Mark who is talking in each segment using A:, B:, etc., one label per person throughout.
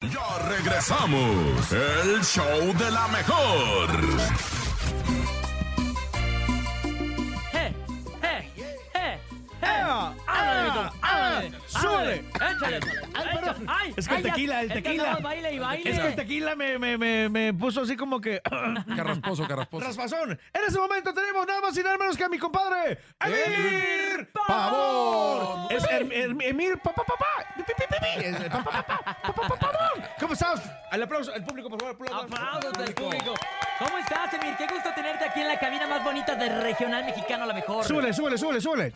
A: Ya regresamos. El show de la mejor.
B: ¡Eh! ¡Eh! ¡Eh! ¡Háblale, Vito! ¡Háblale!
C: ¡Súbele!
B: ¡Échale!
C: Ah, Ay,
B: échale.
C: perdón.
B: ¡Ay!
C: Es que el
B: ay, ya.
C: tequila, el
B: Es que
C: tequila.
B: nada más baile y baile.
C: Es que el tequila me, me, me, me puso así como que.
D: Carrasposo, carrasposo.
C: Raspazón. En ese momento tenemos nada más y nada menos que a mi compadre. ¡Emir!
D: ¡Pavón!
C: Es Em- Em- Emir, papá, papá. Pi, pi, pi, pi. Es el papá, papá, papá, papá, pavón. ¿Cómo estás? Al aplauso, al público, por favor. aplaudan.
B: ¡Aplausos del público! ¿Cómo estás, Emir? Qué gusto tenerte aquí en la cabina más bonita del regional mexicano, la mejor.
C: Súbele, súbele, súbele, súbele.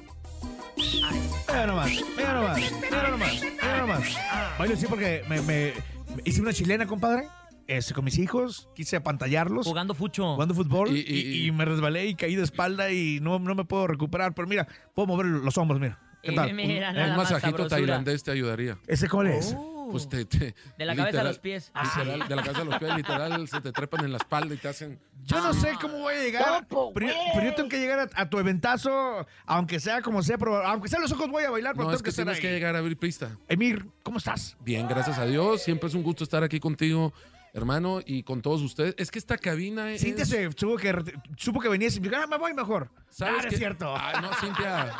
C: Mira nomás, mira nomás, mira nomás, mira nomás. Bailo sí porque me, me- me hice una chilena, compadre. Este, con mis hijos, quise apantallarlos.
B: Jugando fucho.
C: jugando fútbol y,
D: Y- y-
C: y me resbalé y caí de espalda y no, no me puedo recuperar. Pero mira, puedo mover los hombros, mira. ¿Qué
B: Eh,
C: tal?
B: mira,
C: Un-
B: nada
D: Un
B: más
D: masajito
B: sabrosura.
D: tailandés te ayudaría.
C: ¿Ese cuál es?
B: Oh.
D: Pues te- te-
B: De la cabeza
D: literal-
B: a los pies. Ah.
D: literal, de la cabeza a los pies, literal, se te trepan en la espalda y te hacen.
C: Yo no sé cómo voy a llegar,
E: Topo,
C: pero, yo-
E: güey.
C: pero yo tengo que llegar a, a tu eventazo, aunque sea como sea, pero aunque sea los ojos voy a bailar, pero
D: No,
C: tengo
D: es que
C: estar
D: tienes
C: ahí.
D: que llegar a abrir pista.
C: Emir, ¿cómo estás?
D: Bien, gracias a Dios. Siempre es un gusto estar aquí contigo, hermano, y con todos ustedes. Es que esta cabina es.
C: Cintia se supo que, supo que venías y me dijo, ah, me voy mejor.
D: ¿Sabes
C: Ah, no
D: qué?
C: es cierto.
D: Ah, no, Cintia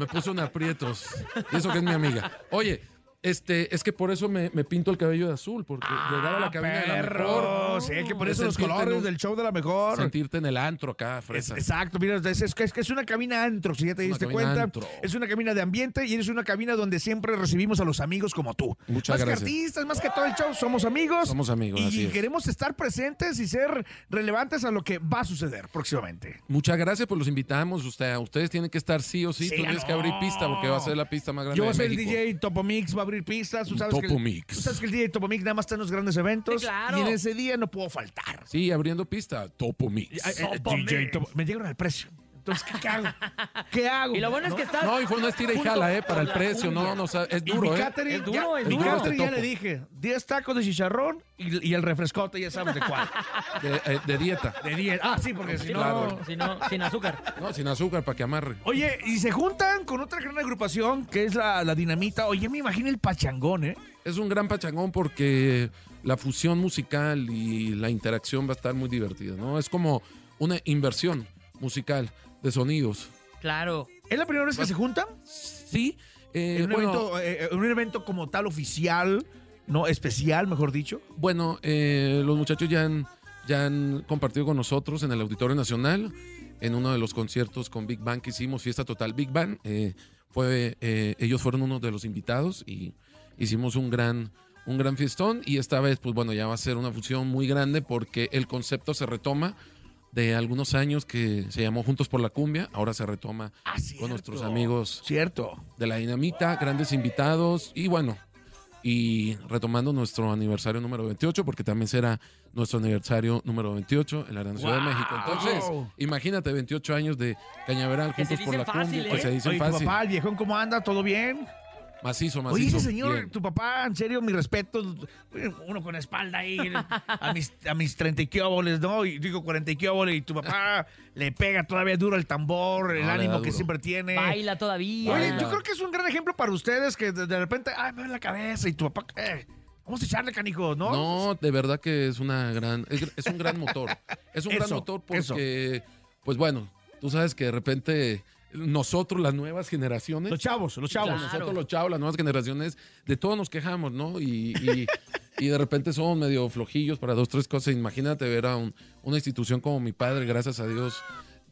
D: me puso en aprietos. Y eso que es mi amiga. Oye, este, es que por eso me, me pinto el cabello de azul, porque llegar a la cabina de la mejor.
C: Ah, Sí, hay que ponerse
D: Es
C: los
D: sentirte
C: colores
D: en un-
C: del show de la mejor.
D: Sentirte en el antro acá,
C: Es-
D: fresa.
C: exacto, mira, es, es que- es que es una cabina antro, si ya te
D: Una
C: diste
D: cabina
C: cuenta.
D: antro.
C: Es una cabina de ambiente y eres una cabina donde siempre recibimos a los amigos como tú.
D: Muchas
C: más
D: gracias.
C: que artistas, más que todo el show, somos amigos.
D: Somos amigos,
C: Y,
D: así es.
C: queremos estar presentes y ser relevantes a lo que va a suceder próximamente.
D: Muchas gracias, pues los invitamos. Usted, ustedes tienen que estar sí o sí.
C: Sí,
D: Tú tienes
C: no.
D: que abrir pista porque va a ser la pista más grande
C: Yo voy a
D: de
C: ser el
D: México.
C: DJ Topomix, va a abrir pistas. Tú sabes que el,
D: Topomix.
C: tú sabes que el DJ Topomix nada más está en los grandes eventos.
B: Sí, claro.
C: Y en ese día no puedo faltar.
D: Sí, abriendo pista, Topo Mix.
C: Ay, ay, DJ Topo- me llegaron al precio. Entonces, ¿qué hago? ¿Qué hago?
B: Y lo bueno es
C: ¿No?
B: que estás.
D: No, hijo, no es tira y
B: junto
D: jala, eh,
B: con
D: para el
B: la
D: precio. No,
B: cumbia.
D: no, o sea, es
C: Y mi
D: duro, eh.
C: catering,
B: Es duro,
C: ya,
B: es
C: mi
B: duro.
C: catering ya
D: Topo.
C: le dije, 10 tacos de chicharrón y, y el refrescote, ya sabes de cuál.
D: De, eh, de dieta.
C: De 10. Ah, sí, porque si
B: Sí,
C: no...
D: Claro.
B: no, si no, sin azúcar.
D: No, sin azúcar para que amarre.
C: Oye, y se juntan con otra gran agrupación que es la, la Dinamita. Oye, me imagino el pachangón, ¿eh?
D: Es un gran pachangón porque la fusión musical y la interacción va a estar muy divertida, ¿no? Es como una inversión musical de sonidos.
B: Claro.
C: ¿Es la primera vez que se juntan?
D: Sí, eh,
C: en un,
D: bueno,
C: evento, eh, en un evento como tal oficial, no especial, mejor dicho.
D: Bueno, eh, los muchachos ya han, ya han compartido con nosotros en el Auditorio Nacional, en uno de los conciertos con Big Bang que hicimos, Fiesta Total Big Bang. eh, fue, eh, ellos fueron uno de los invitados y hicimos un gran, un gran fiestón. Y esta vez, pues bueno, ya va a ser una fusión muy grande porque el concepto se retoma de algunos años que se llamó Juntos por la Cumbia, ahora se retoma con nuestros amigos
C: Ah, Cierto.
D: de la Dinamita, grandes invitados y bueno, y retomando nuestro aniversario número 28, porque también será nuestro aniversario número 28 en la Gran Ciudad de México. Entonces, imagínate 28 años de Cañaveral
B: Que se
D: juntos por
B: dicen fácil,
D: la cumbia, que
B: ¿eh?
D: se dicen
C: Oye, tu
D: fácil.
C: papá, el viejón, ¿cómo anda? ¿Todo bien?
D: Macizo,
C: Oye,
D: macizo.
C: ese señor,
D: bien.
C: tu papá, en serio, mi respeto. Uno con la espalda ahí, a mis, a mis 30 y quióboles, ¿no? Y digo 40 y quióboles, y tu papá le pega todavía duro el tambor, el
D: No, le
C: ánimo
D: da
C: que
D: duro.
C: siempre tiene.
B: Baila todavía.
C: Oye,
D: Baila.
C: yo creo que es un gran ejemplo para ustedes que de, de repente, ay, me duele la cabeza, y tu papá, eh, vamos a echarle, canijo, ¿no?
D: No, de verdad que es una gran, es, es un gran motor. Es un gran
C: Eso,
D: motor
C: eso.
D: porque, pues bueno, tú sabes que de repente nosotros, las nuevas generaciones,
C: Los chavos, los chavos.
B: Claro.
D: Nosotros los chavos, las nuevas generaciones, de todo nos quejamos, ¿no? Y, y- y de repente somos medio flojillos para dos, tres cosas. Imagínate ver a un- una institución como mi padre, gracias a Dios,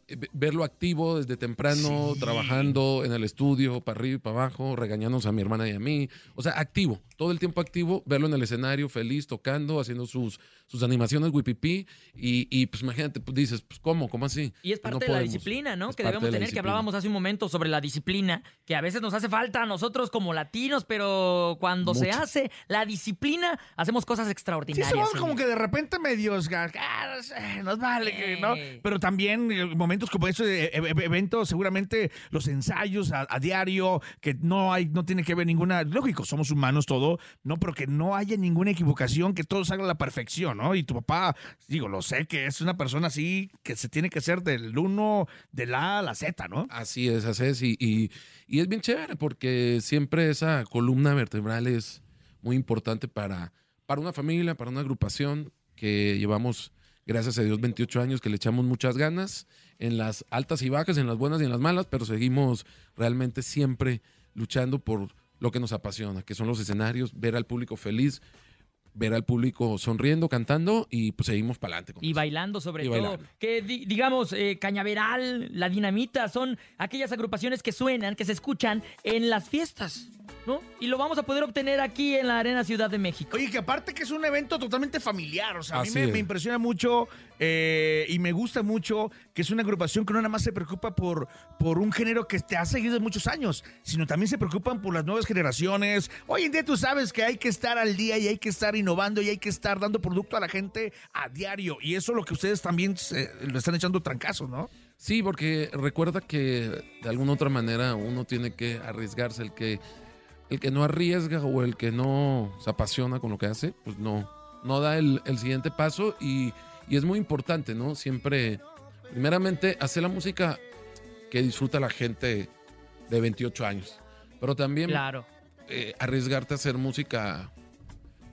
D: eh, ve- verlo activo desde temprano, trabajando en el estudio, para arriba y para abajo, regañándonos a mi hermana y a mí. O sea, activo, todo el tiempo activo, verlo en el escenario, feliz, tocando, haciendo sus, sus animaciones wipipí. Y, y pues imagínate, pues, dices, pues ¿cómo? ¿Cómo así?
B: Y es
D: Pues,
B: parte
D: no
B: de la
D: podemos.
B: disciplina, ¿no?
D: Es
B: que
D: parte
B: debemos
D: de la
B: tener, que
D: disciplina.
B: hablábamos hace un momento sobre la disciplina, que a veces nos hace falta a nosotros como latinos, pero cuando se
D: Mucho.
B: hace la disciplina, hacemos cosas
C: Sí,
B: extraordinarias.
C: somos
B: señor.
C: como que de repente medios, ga- ah, no sé, nos vale, que, ¿no?
B: Sí.
C: Pero también eh, momentos como estos eh, e- e- eventos, seguramente los ensayos a, a diario, que no hay, no tiene que ver ninguna, lógico, somos humanos todo, ¿no? Pero que no haya ninguna equivocación, que todo salga a la perfección, ¿no? Y tu papá, digo, lo sé, que es una persona así, que se tiene que hacer del uno, de la A a la Z, ¿no?
D: Así es, así es. Y, y- y es bien chévere porque siempre esa columna vertebral es muy importante para, para una familia, para una agrupación que llevamos, gracias a Dios, 28 años, que le echamos muchas ganas en las altas y bajas, en las buenas y en las malas, pero seguimos realmente siempre luchando por lo que nos apasiona, que son los escenarios, ver al público feliz, ver al público sonriendo, cantando y pues seguimos para adelante.
B: Y bailando sobre
D: Y
B: todo.
D: bailando.
B: Que di- digamos, eh, Cañaveral, La Dinamita, son aquellas agrupaciones que suenan, que se escuchan en las fiestas, ¿no? Y lo vamos a poder obtener aquí en la Arena Ciudad de México.
C: Oye, que aparte que es un evento totalmente familiar, o sea, a mí
D: Así
C: me,
D: es.
C: me impresiona mucho eh, y me gusta mucho que es una agrupación que no nada más se preocupa por, por un género que te ha seguido muchos años, sino también se preocupan por las nuevas generaciones. Hoy en día tú sabes que hay que estar al día y hay que estar innovando y hay que estar dando producto a la gente a diario y eso es lo que ustedes también se- le están echando trancazos, ¿no?
D: Sí, porque recuerda que de alguna otra manera uno tiene que arriesgarse. El que, el que no arriesga o el que no se apasiona con lo que hace, pues no, no da el, el siguiente paso. Y, y es muy importante, ¿no? Siempre, primeramente, hacer la música que disfruta la gente de 28 años. Pero también
B: Claro.
D: eh, arriesgarte a hacer música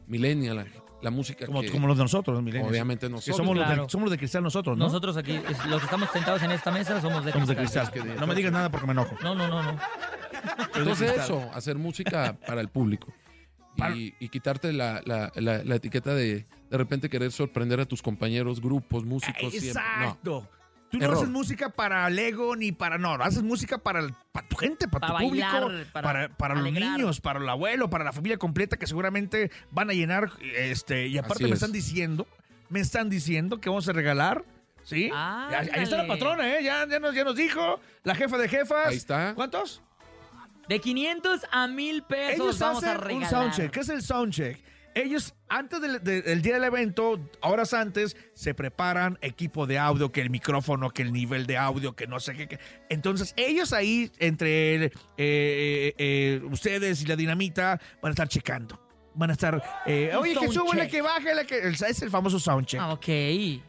D: millennial, la, la música
C: Como,
D: que
C: como los de nosotros, los milenios.
D: obviamente
C: Que
D: nosotros...
C: somos, los
B: Claro.
C: de, somos los de cristal nosotros, ¿no?
B: Nosotros aquí, es- los que estamos sentados en esta mesa, somos de
C: somos de
B: cristal.
C: cristal. Ah, No me digas nada porque me enojo.
B: No, no, no, no.
C: Soy de
D: Entonces
C: cristal.
D: eso, hacer música para el público.
C: Para-
D: Y, y quitarte la, la- la- la etiqueta de de repente querer sorprender a tus compañeros, grupos, músicos. siempre. No.
C: Exacto. Tú no
D: Error.
C: haces música para Lego ni para no, haces música para, el- para tu gente, para,
B: Para
C: tu público,
B: bailar, para
C: para, para los
B: alegrar.
C: niños, para el abuelo, para la familia completa que seguramente van a llenar este y aparte
D: Así
C: me
D: es.
C: están diciendo, me están diciendo que vamos a regalar Sí.
B: Ah,
C: Ya- Ahí está la
B: ándale.
C: patrona, ¿eh? Ya, ya nos, ya nos dijo. La jefa de jefas.
D: Ahí está.
C: ¿Cuántos?
B: De 500 a 1000 pesos
C: Ellos
B: vamos a
C: hacen un
B: regalar.
C: soundcheck. ¿Qué es el soundcheck? Ellos, antes del, de- del día del evento, horas antes, se preparan equipo de audio, que el micrófono, que el nivel de audio, que no sé qué. que- Entonces, ellos ahí, entre el, eh, eh, eh, ustedes y la dinamita, van a estar checando. Van a estar, eh,
B: Un
C: oye, que súbele,
B: soundcheck.
C: que baje, la que... el- Es el famoso soundcheck.
B: Ah, ok,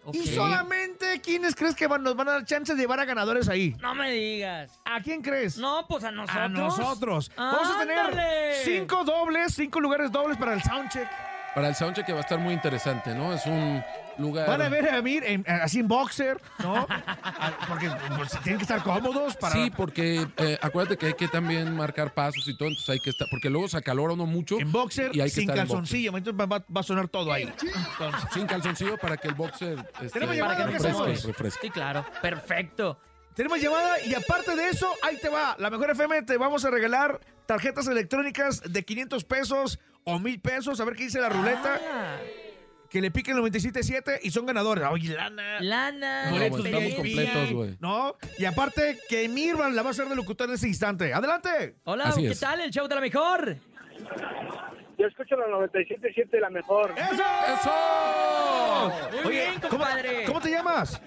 B: ok.
C: Y solamente, ¿quiénes crees que van- nos van a dar chance de llevar a ganadores ahí?
B: No me digas.
C: ¿A quién crees?
B: No, pues a nosotros. Ah,
C: A nosotros. Vamos
D: Ah,
C: a tener
B: Ándale.
C: cinco dobles, cinco lugares dobles para el soundcheck.
D: Para el soundcheck que va a estar muy interesante, ¿no? Es un lugar...
C: Van a ver a Amir en- así en boxer, ¿no? A- Porque pues, tienen que estar cómodos para.
D: Sí, porque eh, acuérdate que hay que también marcar pasos y todo, entonces hay que estar... Porque luego se acalora uno mucho.
C: en boxer,
D: y hay que
C: sin
D: estar en boxer.
C: calzoncillo. Entonces va, va a sonar todo ahí. Entonces,
D: Sin calzoncillo para que el boxer... este,
C: Tenemos llamada,
B: Para que
C: ¿qué
D: refresque,
C: hacemos?
D: refresque.
B: Sí, claro. Perfecto.
C: tenemos llamada y aparte de eso, ahí te va. La mejor FM te vamos a regalar tarjetas electrónicas de 500 pesos o 1000 pesos. A ver qué dice la ruleta.
B: Ah,
C: Que le piquen 97.7 y son ganadores. Oye, lana.
B: lana.
D: No,
C: Boletos
D: bueno, estamos
B: experiencia.
D: completos, güey.
C: No, y aparte que Mirvan la va a hacer de locutor en ese instante. ¡Adelante!
B: Hola,
D: Así
B: ¿qué
D: es.
B: tal? El show de la mejor.
E: Yo escucho la 97.7, la mejor.
C: ¡Eso!
D: ¡Eso!
B: Muy
C: Oye,
B: bien,
C: ¿cómo,
B: compadre.
C: cómo te llamas?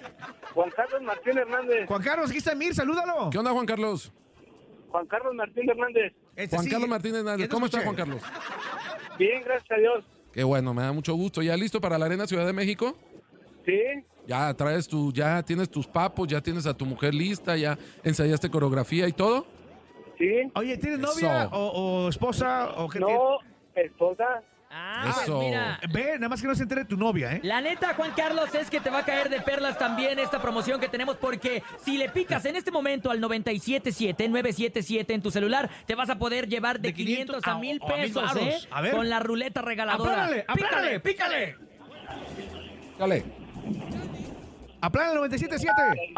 E: Juan Carlos Martín Hernández.
C: Juan Carlos, aquí está Mir, salúdalo.
D: ¿Qué onda, Juan Carlos?
E: Juan Carlos Martín Hernández.
C: Este,
D: Juan
C: sí,
D: Carlos Martínez
C: ya
D: Hernández.
C: te
D: ¿Cómo está,
C: escuché.
D: Juan Carlos?
E: Bien, gracias a Dios.
D: Qué bueno, me da mucho gusto. ¿Ya listo para la Arena Ciudad de México?
E: Sí,
D: Ya traes tu, ya tienes tus papos, ya tienes a tu mujer lista, ya ensayaste coreografía y todo.
E: sí.
C: Oye, ¿tienes
D: Eso.
C: novia o, o esposa o qué
E: No, esposa.
B: Ah, pues
D: Eso.
B: mira.
C: tienes? Ve, nada más que no se entere tu novia, ¿eh?
B: La neta, Juan Carlos, es que te va a caer de perlas también esta promoción que tenemos porque si le picas en este momento al 977 977 en tu celular, te vas a poder llevar de,
C: De
B: 500,
C: 500
B: a
C: a-
B: 1000
C: o a mil
B: pesos, ¿eh?
C: varos. A ver.
B: Con la ruleta regaladora.
C: ¡Aplánale, aplánale, pícale!
D: Dale.
C: ¡Aplánale 97.7!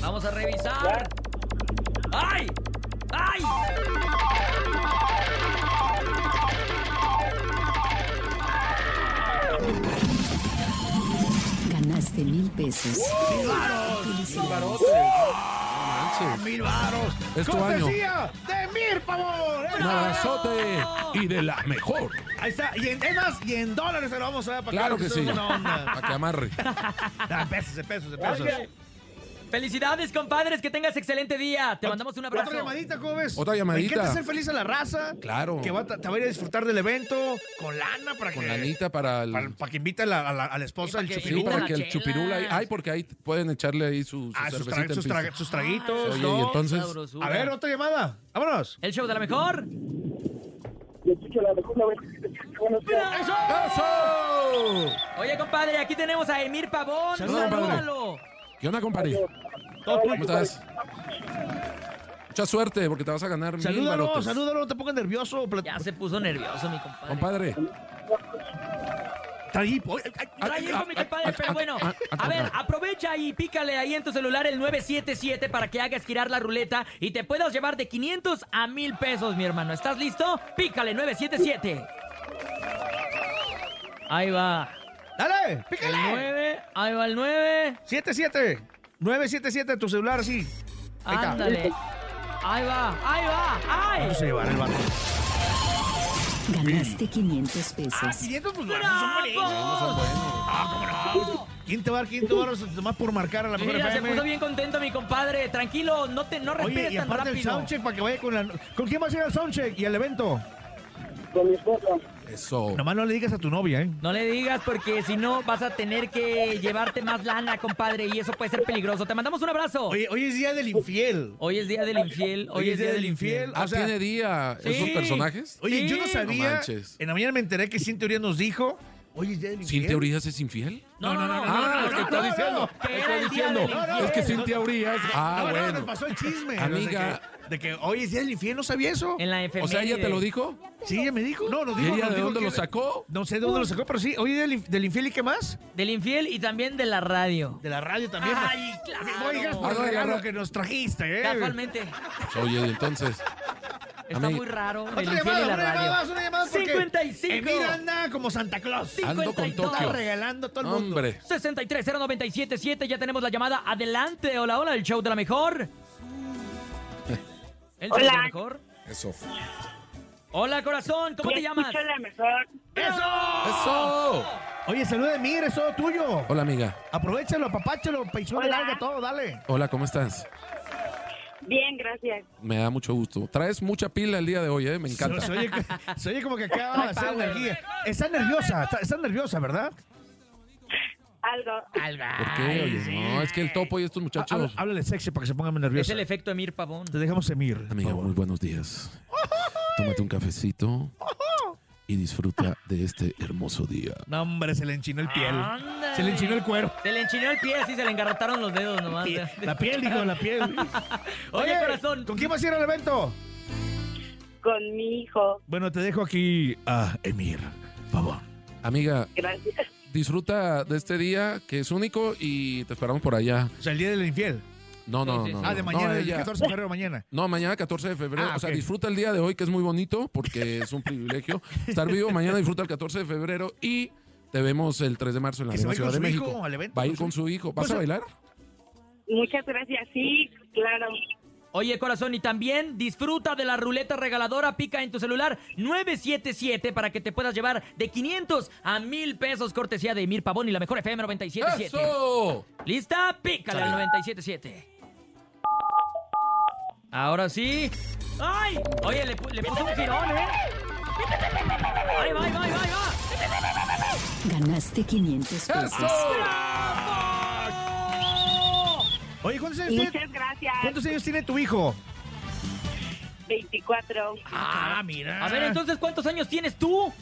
B: Vamos a revisar. ¡Ay! ¡Ay!
F: Ganaste mil pesos. ¡Felicidades!
D: Manches.
C: ¡Mil varos!
D: Es tu
C: ¡Cortesía de Mir, por favor! ¿eh?
D: Un abrazote y de la mejor.
C: Ahí está, y en, es más, y en dólares se lo vamos a dar para
D: Claro que
C: eso
D: sí.
C: es una onda.
D: Para que amarre.
C: Ah, pesos, de pesos, de pesos.
B: Felicidades, compadres, que tengas excelente día. Te mandamos un abrazo.
C: Otra llamadita, ¿cómo ves?
D: Otra llamadita.
C: Me encanta hacer feliz a la raza.
D: Claro.
C: Que va, te va a ir a disfrutar del evento con lana para
D: Con
C: que.
D: lanita para el.
C: Para, para que invite a la, a la- a la esposa
B: Sí,
C: al
B: para que
D: Sí,
C: chupirú.
D: para
B: Invitan
D: que
B: a
D: el
B: chelas.
D: chupirula. ahí- Ay, porque ahí pueden echarle ahí su, su
C: Ah, sus, tra-
D: cervecita
C: sus
D: en
C: tra-
D: pista.
C: sus traguitos.
D: Oye,
C: ¿no?
D: y entonces.
B: Sabrosura.
C: A ver, otra llamada. Vámonos.
B: El show de la mejor.
E: Yo escucho la mejor 97.7. buenos días.
D: ¡Eso!
B: Oye, compadre, aquí tenemos a Emir Pavón.
D: Saludos, compadre.
B: Salúdalo.
D: ¿Qué onda, compadre?
C: Todo
D: ¿Cómo estás? Mucha suerte, porque te vas a ganar mil
C: Salúdalo,
D: barotes.
C: salúdalo, no te pongas nervioso. plat-
B: Ya se puso nervioso, mi compadre.
D: Compadre,
C: Traí, oye, ay,
B: Trae hijo, mi compadre, pero bueno.
D: ah, ah,
B: A ver,
D: ah.
B: aprovecha y pícale ahí en tu celular el 977 para que hagas girar la ruleta y te puedas llevar de 500 a 1000 pesos, mi hermano. ¿Estás listo? Pícale 977. Ahí va.
C: Dale,
B: El
C: pícale.
B: 9, ahí va el 9.
C: 77. 977 tu celular, sí. Ahí está.
B: Ándale. Ahí va, ahí va, ay.
C: ¿Cuánto se llevará el vato?
F: Ganaste 500
C: Ah,
F: pesos.
C: 500 pues, vatos, son buenos.
B: ¡Bravo!
C: ¡Ah, ¿Quién te va a dar 500 baros nomás por marcar a la mejor
B: Mira, se
C: FM?
B: puso bien contento mi compadre. Tranquilo, no te no
C: Oye,
B: respires
C: y
B: tan
C: aparte el
B: rápido.
C: soundcheck para que vaya con la... ¿Con quién vas a ir al soundcheck y al evento?
E: Con mi esposa.
D: eso.
C: Nomás no le digas a tu novia, ¿eh?
B: No le digas porque si no vas a tener que llevarte más lana, compadre, y eso puede ser peligroso. Te mandamos un abrazo.
C: Oye, hoy es día del infiel.
B: Hoy es día del infiel. Hoy, es día, del infiel.
D: Ah,
C: o sea-
D: ¿tiene día esos
B: Sí.
D: personajes?
C: Oye,
B: Sí.
C: yo no
B: No
C: sabía.
D: manches.
C: en la mañana me enteré que Sin Teoría nos dijo. Oye, es día del infiel.
D: ¿Cintia Urias es infiel?
B: No, no, no. no,
D: Ah, es que
B: no,
D: está
B: no,
D: diciendo.
B: no, que era
D: está
B: el día
D: diciendo.
B: del infiel.
D: Es que Cintia Urias. Ah,
C: no, no,
D: bueno.
C: nos pasó el chisme.
D: Amiga.
C: De que, de que hoy es día del infiel, no sabía eso.
B: En la
D: O
B: efeméride.
D: sea, ella te lo dijo.
C: Sí, ella me dijo. No, nos
D: ¿Y
C: dijo.
D: ella
C: nos
D: de
C: dijo
D: dónde
C: que-
D: lo sacó?
C: No sé de dónde lo sacó, pero sí, hoy es del, del infiel y qué más.
B: Del infiel y también de la radio.
C: De la radio también.
B: Ay, claro.
C: Oigas
D: Ah,
C: por
D: no,
C: el
D: de la
C: regalo
D: ra-
C: que nos trajiste, ¿eh?
B: Casualmente.
D: Pues, Oye, y entonces.
B: Está
D: Amiga.
B: muy raro. El
C: Otra
B: infiel
C: llamada,
B: y la
C: una llamada más,
B: radio.
C: una llamada más. porque
B: 55.
C: Emir anda como Santa Claus.
D: Ando con
B: 52.
D: Tokio.
C: Está regalando a todo el mundo.
D: Hombre.
B: 63097.7, ya tenemos la llamada. Adelante, hola, hola, el show de la mejor. El show de la mejor.
D: Eso.
B: Hola, corazón, ¿cómo te llamas?
E: Escucho la mejor.
D: ¡Eso!
C: Oye, saluda Emir, es todo tuyo.
D: Hola, amiga.
C: Aprovechalo, apapáchalo, peichón de
G: Hola.
C: larga, todo, dale.
D: Hola, ¿cómo estás?
G: Bien, gracias.
D: Me da mucho gusto. Traes mucha pila el día de hoy, ¿eh? Me encanta.
C: Se, se oye, se oye como que acaba de hacer
B: power.
C: energía. Está nerviosa, está, está nerviosa, ¿verdad?
G: Algo.
D: ¿Por qué? Oye, no, es que el topo y estos
C: Habla-
D: muchachos.
C: Háblale sexy para que se ponga más
B: Es
C: nerviosa.
B: el efecto Emir Pavón.
C: Te dejamos Emir. por
D: Amiga,
C: favor.
D: muy buenos días. Tómate un cafecito y disfruta de este hermoso día.
C: No, hombre, se le enchinó el piel.
B: Ándale.
C: Se le enchinó el cuero.
B: Se le enchinó el pie, así se le engarrotaron los dedos nomás.
C: La piel, digo, la piel.
B: Oye, corazón.
C: ¿Con quién vas a ir al evento?
G: Con mi hijo.
C: Bueno, te dejo aquí a Emir. Por favor.
D: Amiga,
G: Gracias.
D: disfruta de este día que es único y te esperamos por allá.
C: O sea, el día del infiel.
D: No, no,
B: Sí, sí,
D: no.
B: sí.
C: Ah, de mañana,
D: no,
C: el
D: ella-
C: 14 de febrero, mañana.
D: No, mañana 14 de febrero.
C: Ah,
D: o sea,
C: ok.
D: disfruta el día de hoy, que es muy bonito, porque es un privilegio estar vivo. Mañana disfruta el 14 de febrero y te vemos el 3 de marzo en la
C: Que se
D: Arena
C: va a ir con
D: Ciudad
C: su
D: de
C: hijo
D: México.
C: al evento,
D: va a
C: ¿no?
D: ir con su hijo. ¿Vas
C: Pues,
D: a bailar?
G: Muchas gracias. Sí, claro.
B: Oye, corazón, y también disfruta de la ruleta regaladora. Pica en tu celular 977 para que te puedas llevar de 500 a 1000 pesos. Cortesía de Emir Pavón y la mejor FM 977.
D: ¡Eso!
B: ¿Lista? Pícale al 977. Ahora sí. ¡Ay! Oye, le, pu- le puso un girón, ¿eh? ¡Ay, va, ahí va, ahí va, ahí va!
F: Ganaste 500 pesos.
C: Oye, ¿cuántos años, tiene,
G: Muchas gracias.
C: ¿cuántos años tiene tu hijo?
G: 24,
C: Ah, mira.
B: A ver, entonces, ¿cuántos años tienes tú?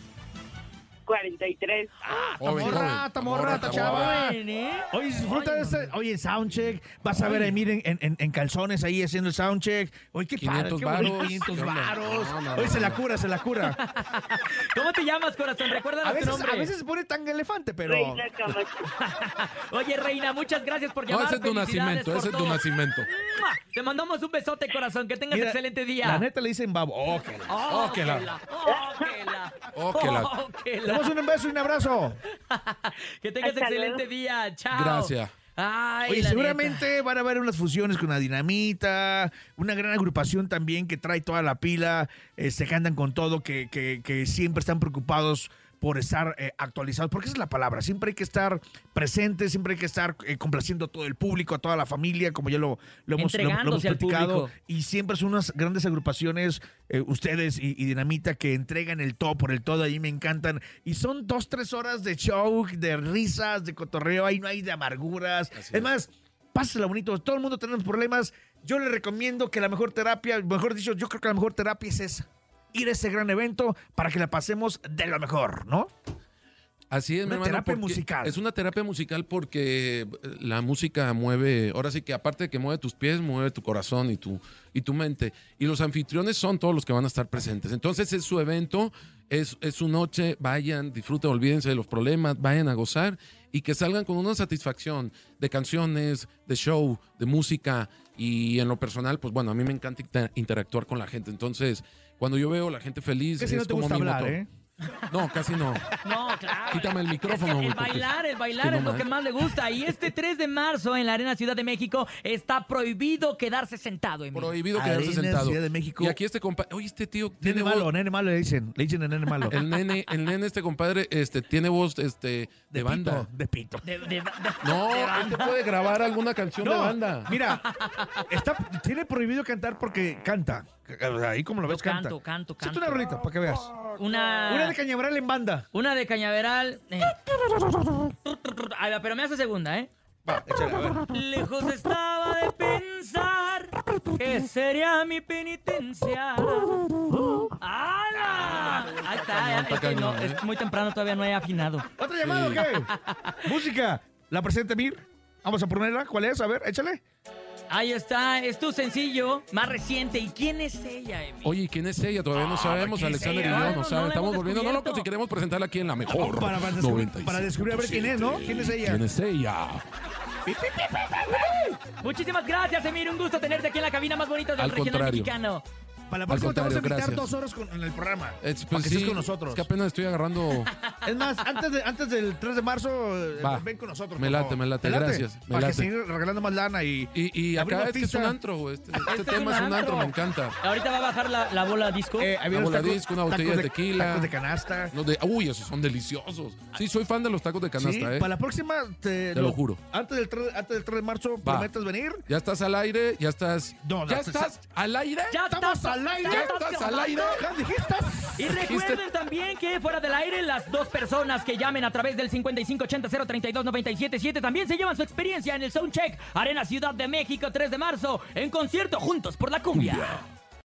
G: 43.
B: Ah,
D: Joven, joven.
C: Tamorra, tamorra,
D: Tamorra,
C: tachaba.
B: Joven, ¿eh?
C: Oye, disfruta de este. Oye, soundcheck. Vas a ver a Emir en, en- en- en calzones ahí haciendo el soundcheck. Oye, qué padre.
D: 500
C: qué bonito,
D: varos.
C: 500
D: ¿Qué onda?
C: varos.
D: No, no, no,
C: Oye, se la
D: no.
C: cura, se la cura.
B: ¿Cómo te llamas, corazón?
C: A
B: Recuérdanos tu
C: veces,
B: nombre.
C: a veces se pone tan elefante, pero.
G: Reina Camacho.
B: Oye, Reina, muchas gracias por
D: No,
B: llamar.
D: ese es tu
B: Felicidades
D: nacimiento,
B: por
D: ese es tu
B: todo.
D: nacimiento.
B: ¡Mua! Te mandamos un besote, corazón. Que tengas
C: Mira,
B: excelente
C: La
B: día.
C: neta le dicen babo. Ok.
B: Oh, que
D: Óquela.
B: la- oh, que la-
D: Óquela.
B: oh, que
C: Le
B: la.
C: damos un beso y un abrazo.
B: Que tengas
G: Hasta
B: excelente
G: luego.
B: día. Chao.
D: Gracias.
B: Ay,
C: Oye,
B: la
C: seguramente
B: neta.
C: van a haber unas fusiones con la dinamita, una gran agrupación también que trae toda la pila, este, que andan con todo, que, que- que siempre están preocupados por estar eh, actualizados, porque esa es la palabra, siempre hay que estar presente, siempre hay que estar eh, complaciendo a todo el público, a toda la familia, como ya lo, lo hemos, lo- lo hemos
B: Entregándose al
C: platicado,
B: público.
C: y siempre son unas grandes agrupaciones, eh, ustedes y, y Dinamita, que entregan el todo por el todo, ahí me encantan, y son dos, tres horas de show, de risas, de cotorreo, ahí no hay de amarguras,
D: Así
C: es más, pásela bonito. Todo el mundo tenemos problemas. Yo le recomiendo que la mejor terapia, mejor dicho, yo creo que la mejor terapia es esa. ir a ese gran evento para que la pasemos de lo mejor, ¿no?
D: Así es, mi
C: Una
D: hermano,
C: terapia
D: porque
C: musical.
D: Es una terapia musical porque eh, la música mueve, ahora sí que aparte de que mueve tus pies, mueve tu corazón y tu, y tu mente. Y los anfitriones son todos los que van a estar presentes. Entonces es su evento, es, es su noche, vayan, disfruten, olvídense de los problemas, vayan a gozar y que salgan con una satisfacción de canciones, de show, de música. Y en lo personal, pues bueno, a mí me encanta inter- interactuar con la gente. Entonces, cuando yo veo a la gente feliz,
C: Que si
D: es
C: no te
D: como
C: gusta
D: mi
C: hablar,
D: motor.
C: ¿eh?
D: No, casi no.
B: No, claro.
D: Quítame el
B: Es que
D: micrófono, güey,
B: el
D: porque-
B: bailar, el bailar
D: que
B: es
D: no
B: lo que
D: más.
B: más le gusta. Y este 3 de marzo en la Arena Ciudad de México está prohibido quedarse sentado, Emilio.
D: Prohibido
C: Arena,
D: quedarse sentado.
C: Ciudad de México.
D: Y aquí este compadre, oye, este tío tiene
C: Nene
D: voz.
C: malo, nene malo le dicen. Le dicen el nene malo.
D: El nene, el nene, este compadre, este, tiene voz este, de,
C: de
D: banda.
C: pito, de pito.
B: De- de- de-
D: No, este puede grabar alguna canción de banda.
C: Mira, está, tiene prohibido cantar porque canta. Ahí como lo ves, canta.
B: canto, canto,
C: Siente
B: canto. Ah.
C: una rolita para que veas.
B: Una,
C: Una de Cañaveral en banda.
B: una de cañaveral. eh. Ahí va, pero me hace segunda, ¿eh?
C: Va, échale, a ver.
B: Lejos estaba de pensar que sería mi penitencia. ¡Hala! Ahí está, ya,
D: está
B: es que no,
D: cañón, ¿eh?
B: es muy temprano, todavía no he afinado.
C: ¿Otra llamada o qué? Música. La presenta Mir. Vamos a ponerla. ¿Cuál es? A ver, échale.
B: Ahí está, es tu sencillo más reciente. ¿Y quién es ella, Emi?
D: Oye, ¿y ¿quién es ella? Todavía no sabemos.
C: ¿quién es
D: Alexander y
B: ella?
D: yo
B: No,
D: no
B: no la
D: saben. Estamos
B: hemos
D: volviendo
B: descubierto.
D: locos y queremos presentarla aquí en la mejor.
C: Para, para descubrir,
D: 95.
C: para descubrir a ver quién es, ¿no? ¿Quién es ella?
D: ¿Quién es ella?
B: Muchísimas gracias, Emir. Un gusto tenerte aquí en la cabina más bonita del
D: Al
B: regional
D: contrario.
B: mexicano.
C: Para la próxima te vamos a
D: contrario,
C: invitar
D: gracias.
C: dos horas con- en el programa.
D: Es,
C: para
D: pues,
C: que
D: sí,
C: estés con nosotros.
D: Es que apenas estoy agarrando.
C: Es más, antes, de- antes del 3 de marzo, eh,
D: Va.
C: ven con nosotros.
D: Me
C: por
D: late,
C: favor.
D: me late,
C: ¿Te
D: gracias, me
C: para
D: late.
C: que seguir regalando más lana y.
D: Y, y
C: abrir
D: acá
C: una
D: es que es un
C: pista.
D: antro, güey. Este, este tema es un antro, me encanta.
B: Ahorita va a bajar la, la bola disco.
C: Eh, había
D: Una
C: unos
D: bola
C: tacos-
D: disco, una
C: tacos
D: botella de tequila.
C: Tacos de canasta.
D: No, de- uy, esos son deliciosos. Sí, soy fan de los tacos de canasta,
C: sí,
D: ¿eh?
C: para la próxima te,
D: Te lo juro.
C: Antes del 3, antes del 3 de marzo
D: Va.
C: prometes venir.
D: Ya estás al aire, ya estás.
C: No,
D: ya
C: no,
D: estás al aire.
B: Ya
C: estamos
B: estás-
C: al aire,
D: ya
B: estás
D: estás al aire.
C: ¿Ya dijiste?
B: Y recuerden
D: Dijiste-
B: también que fuera del aire las dos personas que llamen a través del 5580-032-977 también se llevan su experiencia en el Soundcheck Arena Ciudad de México 3 de marzo en concierto juntos por la cumbia.